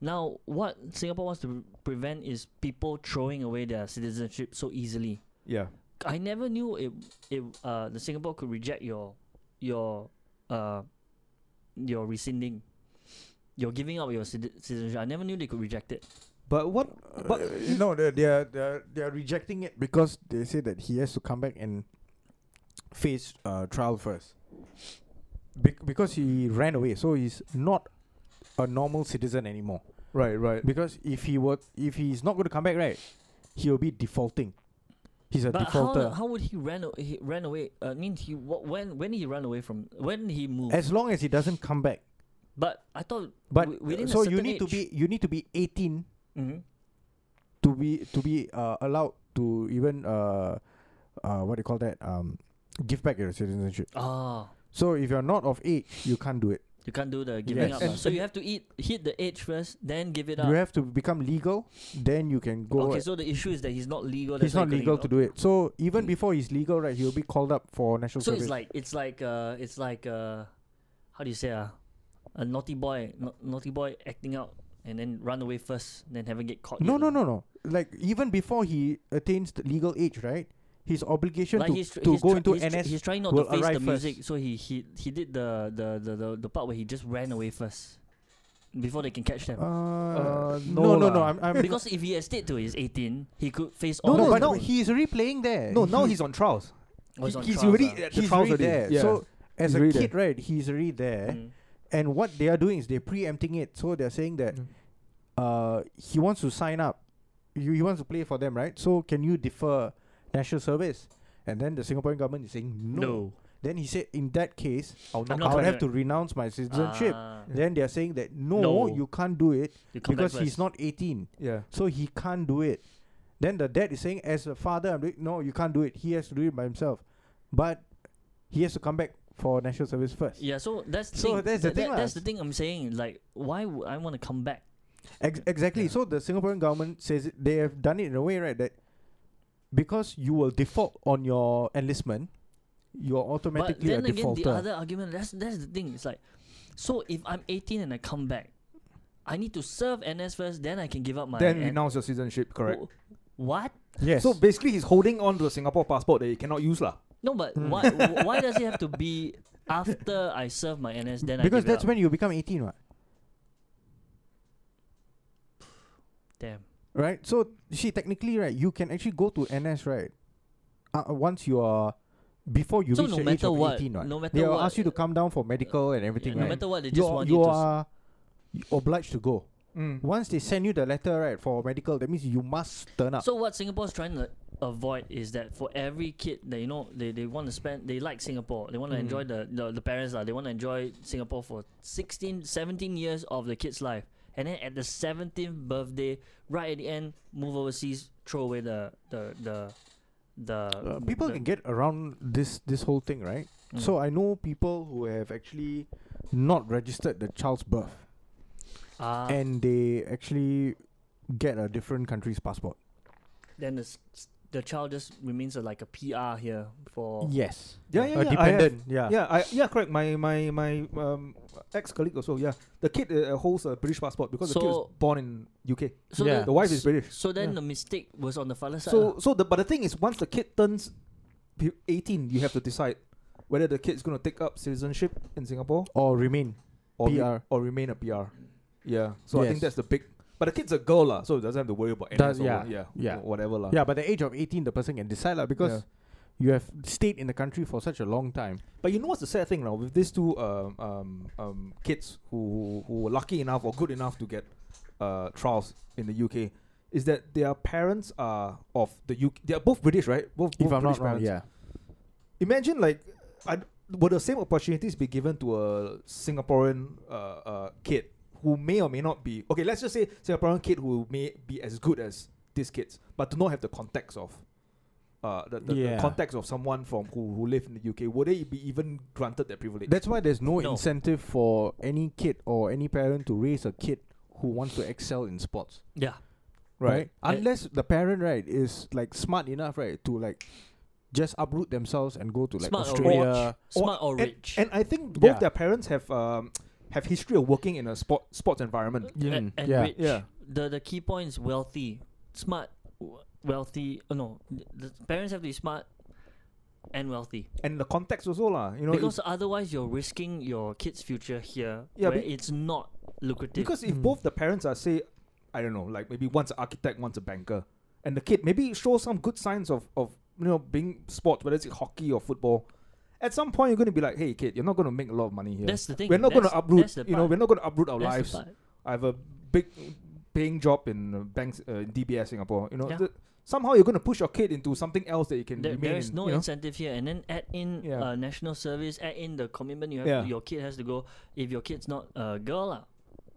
Now, what Singapore wants to pre- prevent is people throwing away their citizenship so easily. yeah, I never knew it. It uh, the Singapore could reject your, your, uh, your rescinding, your giving up your citi- citizenship. I never knew they could reject it. but what? But Uh, no, they're, they're they're they're rejecting it because they say that he has to come back and face uh, trial first. Bec- because he ran away, so he's not a normal citizen anymore. right, right. Because if he were, if he's not going to come back, right, he'll be defaulting. He's a but how, defaulter. how would he ran a- he ran away? I mean, he wha- when when he ran away from when he moved. as long as he doesn't come back, but I thought but wi- within a so you certain need to be age. you need to be eighteen Mhm. Mm-hmm. to be to be uh, allowed to even uh, uh, what do you call that um, give back your citizenship. ah So if you're not of age, you can't do it. you can't do the giving Yes. up. And- lah. so you have to eat hit the age first, then give it up. You have to become legal, then you can go. okay, at- so the issue is that he's not legal. he's that's why not he couldn't legal go. to do it. So even before he's legal, right, he'll be called up for national So service. it's like it's like uh it's like uh how do you say uh, a naughty boy na- naughty boy acting out and then run away first then haven't get caught. no, no, yet lah. no, no. Like even before he attains the legal age, right, his obligation Like to, he's, tr- to he's go tr- into he's tr- NS. he's trying not will to face the arrive music, first. so he he he did the the, the the the part where he just ran away first before they can catch them. uh, no no, no, no. lah. I'm, I'm because if he had stayed till he's eighteen, he could face no, all. no, the but no. he's already playing there. no, now He- he's on trials. Oh, he's on he's trials, already ah. at the he's trials already already. there. Yeah. So as He's a already kid, right, he's already there. Mm. And what they are doing is they're preempting it. So they're saying that Mm. uh, he wants to sign up. You, he wants to play for them, right? So can you defer national service? And then the Singaporean government is saying no. Then he said, in that case, I'll, not I'll coming have back. to renounce my citizenship. Ah, Then they're saying that no, No. you can't do it you come back because he's first. not 18, Yeah, so he can't do it. Then the dad is saying, as a father, I'm doing no, you can't do it. He has to do it by himself, but he has to come back for national service first. Yeah, so that's the So thing. that's the That- thing that- lah. that's the thing I'm saying. Like, why would I want to come back? Ex- exactly. Yeah. So the Singaporean government says it, they have done it in a way, right? That because you will default on your enlistment, you're But automatically a then again, the defaulter. other argument that's that's the thing. It's like, so if I'm 18 and I come back, I need to serve NS first, then I can give up my. then N- renounce your citizenship, correct? Wh- What? yes. So basically, he's holding on to a Singapore passport that he cannot use, lah. No, but Hmm. why? wh- why does it have to be after I serve my NS? Then I because give it that's up? when you become 18, right? Damn. Right? So she technically right, you can actually go to NS right. Uh, uh, once you are before you So reach no the age matter of what, 18, right? no matter they will what, uh, ask you to come down for medical and Yeah, everything, no right? matter what, they just You're- want you you to. s- are obliged to go. Mm. Once they send you the letter right for medical, that means you must turn up. So what Singapore's trying to avoid is that for every kid that you know they, they want to spend they like Singapore they want to Mm. enjoy the, the the parents lah they want to enjoy Singapore for 16 17 years of the kid's life and then at the 17th birthday right at the end move overseas throw away the the the the Uh, people the- can get around this this whole thing, right? Mm. So I know people who have actually not registered the child's birth, ah, and they actually get a different country's passport. then the, s- s- the child just remains a, like a PR here for Yes, Yeah, yeah, a yeah. I have- dependent. Yeah, Yeah, I, yeah, correct. My my my um, ex colleague also. Yeah, the kid uh, holds a British passport because the kid was So- born in UK. so Yeah. the, The wife is s- British. so then Yeah. the mistake was on the father's side lah. So uh, so the but the thing is, once the kid turns p- eighteen, you have to decide whether the kid's going to take up citizenship in Singapore or remain. or re- PR. or remain a PR. Yeah. So I think Yes. that's the big. But the kid's a girl lah, so it doesn't have to worry about NS Does- or yeah, what- yeah, yeah. wh- whatever lah. Yeah, but the age of eighteen, the person can decide lah because you have stayed in the country for such a long time. But you know what's the sad thing now with these two um, um, um, kids who who were lucky enough or good enough to get uh, trials in the UK is that their parents are of the UK. They are both British, right? Both, both if I'm British not wrong, parents. yeah. Imagine like, I, would the same opportunities be given to a Singaporean uh, uh, kid who may or may not be okay? Let's just say Singaporean kid who may be as good as these kids, but do not have the context of. Uh, the, the, the Yeah. context of someone from who, who live in the UK, would they be even granted that privilege? That's why there's no, No. incentive for any kid or any parent to raise a kid who wants to excel in sports. yeah right? Right. Unless the parent right is like smart enough right to like just uproot themselves and go to like smart or rich Australia. smart or and, rich and I think both Yeah. their parents have um, have history of working in a sport sports environment. A- Mm, and yeah. rich. Yeah. The the key point is wealthy, smart, w- wealthy. Oh no, th- the parents have to be smart and wealthy And the context also lah, you know, because if, otherwise you're risking your kid's future here, Yeah, where be- it's not lucrative. because if Mm. both the parents are say, I don't know, like maybe one's an architect, one's a banker, and the kid maybe shows some good signs of of you know being sports, whether it's hockey or football. At some point, you're going to be like, "Hey, kid, you're not going to make a lot of money here. that's the thing. we're not going that's- to uproot. that's the You know, part, we're not going to uproot our that's lives. the part. I have a big paying job in uh, banks, uh, DBS Singapore. You know, Yeah. th- somehow you're going to push your kid into something else that you can There, remain. there is in, no you know? incentive here, and then add in Yeah. uh, national service, add in the commitment you have. Yeah. To, your kid has to go. If your kid's not a girl, lah,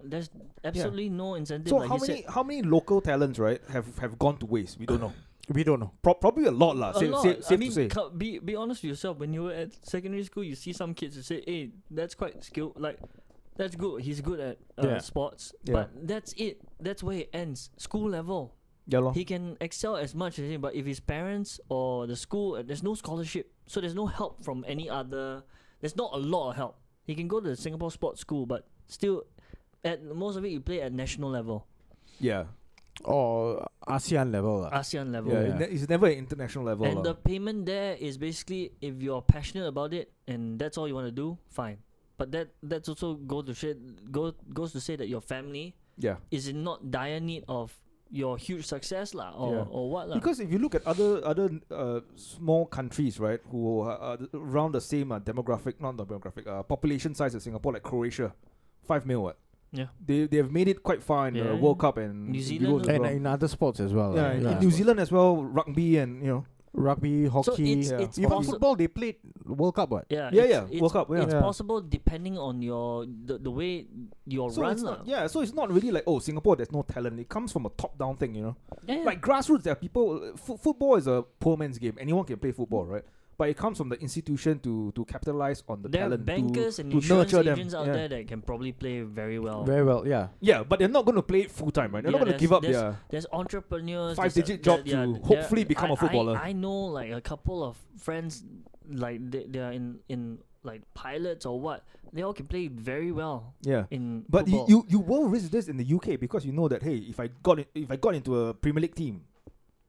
there's absolutely no incentive. So like how you said. many how many local talents right have have gone to waste? We don't know. We don't know. Pro- probably a lot lah. a Safe, lot. safe, I safe mean, to say. co- be be honest with yourself. When you were at secondary school, you see some kids. You say, "Hey, that's quite skilled. Like, that's good. He's good at uh, Yeah. sports." Yeah. But that's it. That's where it ends. School level, Yeah, lor. he can excel as much as him. But if his parents or the school, uh, there's no scholarship, so there's no help from any other. There's not a lot of help. He can go to the Singapore Sports School, but still, at most of it, you play at national level, yeah. Or ASEAN level. lah. ASEAN level. Uh, Yeah, yeah. it ne- It's never an international level. And lah. the uh, payment there is basically if you're passionate about it and that's all you want to do, fine. But that that's also go to shit go goes to say that your family yeah. is in not dire need of your huge success lah or, Yeah. or what lah. Because if you look at other other uh, small countries, right, who are uh, around the same uh, demographic, not demographic, uh, population size as Singapore, like Croatia, five mil. What? Yeah. They they have made it quite far in the Yeah. World Cup and New Euros Zealand as also. And well. in other sports as well. yeah, right? in- Yeah. in New Zealand as well, rugby and you know. Rugby, hockey. uh, so it's yeah. it's even possible. football, they played World Cup. What? Yeah, Yeah, Uh, it's, yeah, It's, World Cup, yeah. it's Yeah. possible depending on your the, the way your So run it's lah. not, yeah, so it's not really like oh Singapore, there's no talent. It comes from a top down thing, you know. Yeah, yeah. Like grassroots, there are people. F- football is a poor man's game. Anyone can play football, right? but it comes from the institution to to capitalize on the there are talent to- bankers and to insurance nurture them. agents out Yeah. there that can probably play very well. Oh. Very well, yeah. Yeah, but they're not going to play it full time, right? They're Yeah, not going to there's- give up there's- their There's entrepreneurs. Five there's a- digit there- job yeah, to there- hopefully become I- a footballer. I, I know like a couple of friends, like they, they are in in like pilots or what. They all can play very well yeah. in But you, football. you you will risk this in the UK because you know that hey, if I got it, if I got into a Premier League team,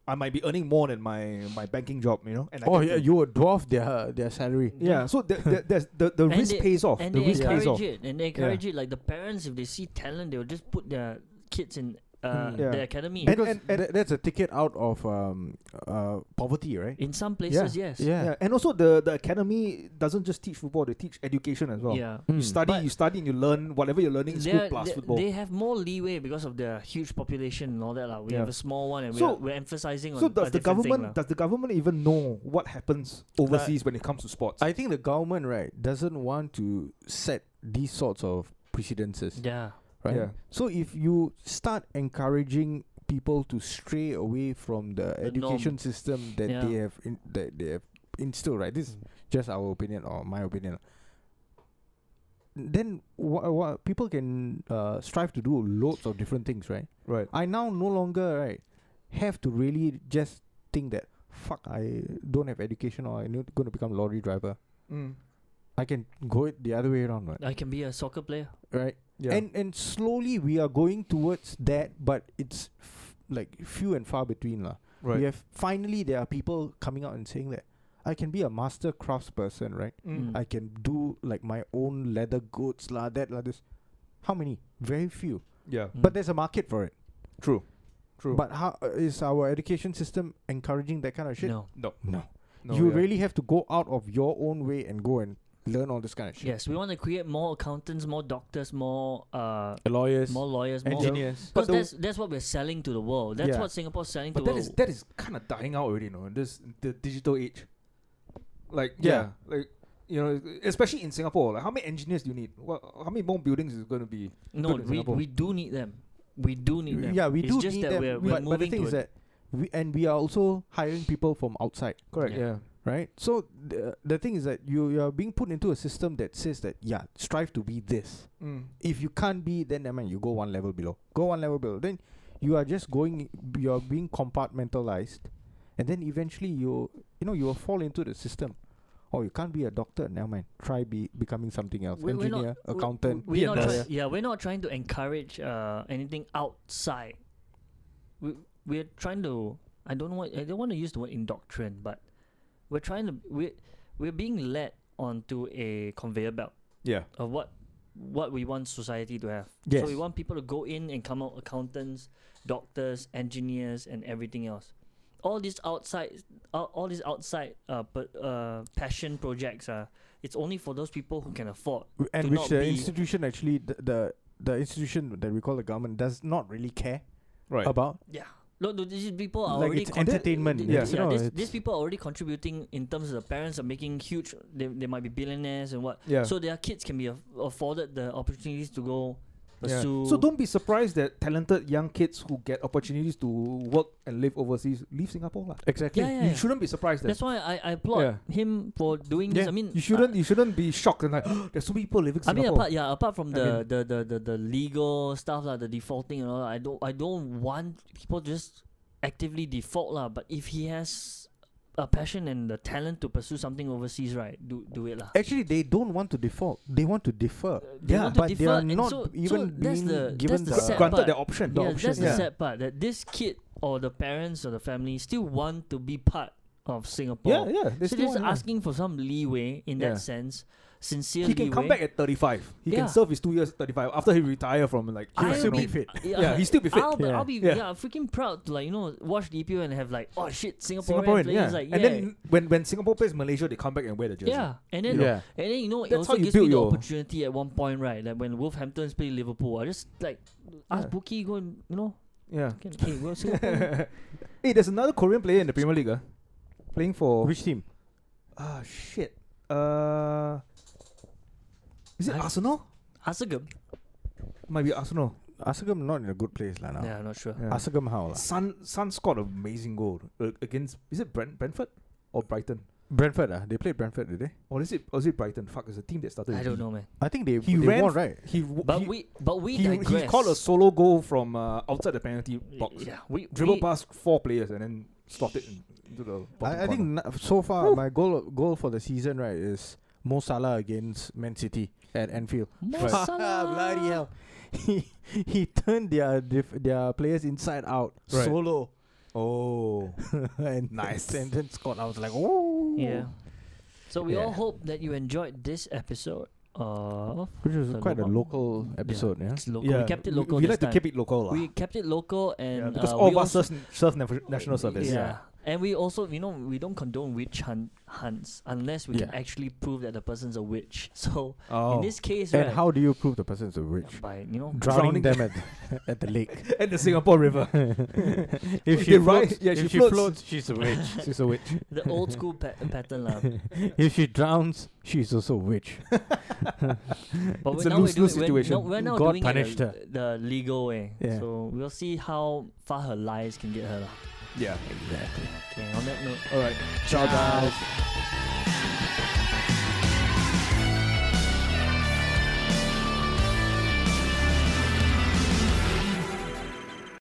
I might be earning more than my my banking job, you know. And I Oh can yeah, do- you would dwarf their their salary. yeah. So the the there's the, the And risk they- pays off. and the they risk pays off. encourage it, and they encourage it. Like the parents, if they see talent, they will just put their kids in uh, Hmm. Yeah. the academy. And- Because tha- that's a ticket out of um uh poverty, right? in some places, yes. Yeah. and also the the academy doesn't just teach football; they teach education as well. Yeah. You Hmm. study, Hmm. But you study, and you learn whatever you're learning in school They're- plus they- football. They have more leeway because of their huge population and all that. lah. We Yeah. have a small one and So- we're, we're emphasizing on so a does the different thing government lah. does the government even know what happens overseas when it comes to sports? I think the government right doesn't want to set these sorts of precedences, Yeah. right? Yeah. So if you start encouraging people to stray away from the, The education norm. system that Yeah. they have in, that they have instilled, right? This is just our opinion or my opinion. Then wha wha- people can uh, strive to do loads of different things, right? right. I now no longer right have to really just think that fuck I don't have education or I'm not going to become lorry driver. Mm. Hmm. I can go it the other way around, right? I can be a soccer player. right? Yeah. And and slowly we are going towards that, but it's f- like few and far between, lah. right. We have finally there are people coming out and saying that I can be a master craftsperson, right? Mm. Mm. I can do like my own leather goods, lah, that, lah, this. How many? Very few. Yeah. But Mm. there's a market for it. True. True. But how uh, is our education system encouraging that kind of shit? no. no. No. no you yeah. really have to go out of your own way and go and learn all this kind of shit. Yes, we want to create more accountants, more doctors, more uh, Lawyers, more lawyers, more. engineers. But But the- that's that's what we're selling to the world. That's Yeah. what Singapore's selling But to that the is world. that is kind of dying out already, you know. This the digital age, like yeah, Yeah. like you know, especially in Singapore, like how many engineers do you need? Well, how many more buildings is going to be? no, good in we, Singapore. we do need them. We do need them. Yeah, we it's do just need that them. We're, we- we're but, moving but the thing to is a- that we and we are also hiring people from outside, Correct. Yeah. Yeah. right? So the, the thing is that you you are being put into a system that says that yeah, strive to be this. Mm. If you can't be, then I mean you go one level below. Go one level below. Then you are just going. You are being compartmentalized, and then eventually you you know you will fall into the system. Oh, you can't be a doctor. Never mind. Try be becoming something else. We- we're not- Engineer, we- accountant. We're Be a not nurse. try- yeah, we're not trying to encourage uh, anything outside. We we're trying to. I don't want. I don't want to use the word indoctrine, but we're trying to. We we're being led onto a conveyor belt Yeah. of what what we want society to have. So we Yes. want people to go in and come out accountants, doctors, engineers, and everything else. All these outside, all, all these outside, uh, but uh, passion projects are. It's only for those people who can afford. W- and to which not the be- institution actually the, the the institution that we call the government does not really care Right. about Yeah. No, no, these people are Like, already it's contri- entertainment, th- yeah. th- You know, these- it's- these people are already contributing in terms of the parents are making huge. They, they might be billionaires and what. yeah. So their kids can be aff- afforded the opportunities to go Yeah. pursue. So don't be surprised that talented young kids who get opportunities to work and live overseas leave Singapore, lah. exactly. Yeah, yeah, You yeah. shouldn't be surprised. That. That's why I, I applaud Yeah. him for doing this. Yeah, I mean, you shouldn't. you I, shouldn't be shocked and like there's so many people living. I mean, Singapore. apart yeah, apart from I the, mean- the, the, the, the legal stuff like the defaulting and all, that, I don't I don't want people to just actively default lah. But if he has a passion and the talent to pursue something overseas, right? Do do it lah. Actually, they don't want to default. They want to defer. they Yeah, want to but they defer, are and not so, even so that's being the, given that's the, the- sad granted part. the option. yeah, option, that's the yeah. sad part that this kid or the parents or the family still want to be part of Singapore. yeah, yeah. They So still just want, yeah. asking for some leeway in Yeah. that sense, sincere He can leeway. come back at 35. He Yeah. can serve his two years at 35 after he retire from like. I'll you know, be- fit. Yeah, Yeah, he still be fit. Uh, I'll, be- Yeah. I'll be yeah. Yeah. freaking proud to like you know watch the EPL and have like oh shit Singaporean, Singaporean, players yeah. like yeah And then when when Singapore plays Malaysia, they come back and wear the jersey. yeah and then Yeah. and then you know it That's also how you gives me build the your- opportunity at one point right like when Wolverhampton's play Liverpool I just like ask Yeah. Bookie go and you know yeah. can, hey go Singapore hey, there's another Korean player in the Premier League, ah, playing for Which team? ah shit. Uh, is it I- Arsenal? Asagam Might be Arsenal. Asagam not in a good place lah now. yeah I'm not sure Yeah. Asagam how lah? Sun Sun scored an amazing goal uh, against is it Brent, Brentford or Brighton? Brentford, ah, they played Brentford, did they? Or is it? Or is it Brighton? Fuck, it's a team that started. I with don't B. know, man. I think they He they ran won, f- right? He w- But he, we but we he, he digress. called a solo goal from uh, outside the penalty box. Yeah, we Dribble we, past four players and then slot it in- into the. bottom I, I think corner. na- so far my goal goal for the season right is Mo Salah against Man City at Anfield. Mo Right. Salah. Bloody hell! He he turned their dif- their players inside out Right. solo Oh, and Nice. And then Scott, I was like, oh Yeah. So we all Yeah. hope that you enjoyed this episode of which was So quite a local- local episode, yeah. It's Local. We kept it local. We, this like time. to keep it local, lah. ah. We kept it local and yeah, because uh, all we of us also- serve, serve nav- national service. Yeah. And we also, you know, we don't condone witch hunt hunts unless we can Yeah. actually prove that the person's a witch. So Oh. in this case, And right, how do you prove the person is a witch? by you know, Drowning, Drowning- them at the, at the lake. and the Singapore River. if They rise- yeah, if she she floats. floats, she's a witch. She's a witch. the old school pa- pattern lah. if she drowns, she's also a witch. But It's we're a now we're lose-lose doing- we're- no, situation. We're, now God doing punished it her. the, the legal way. Yeah. So we'll see how far her lies can get her. lah. Yeah. exactly. Okay. On that note. All right. Ciao, Ciao, guys. guys.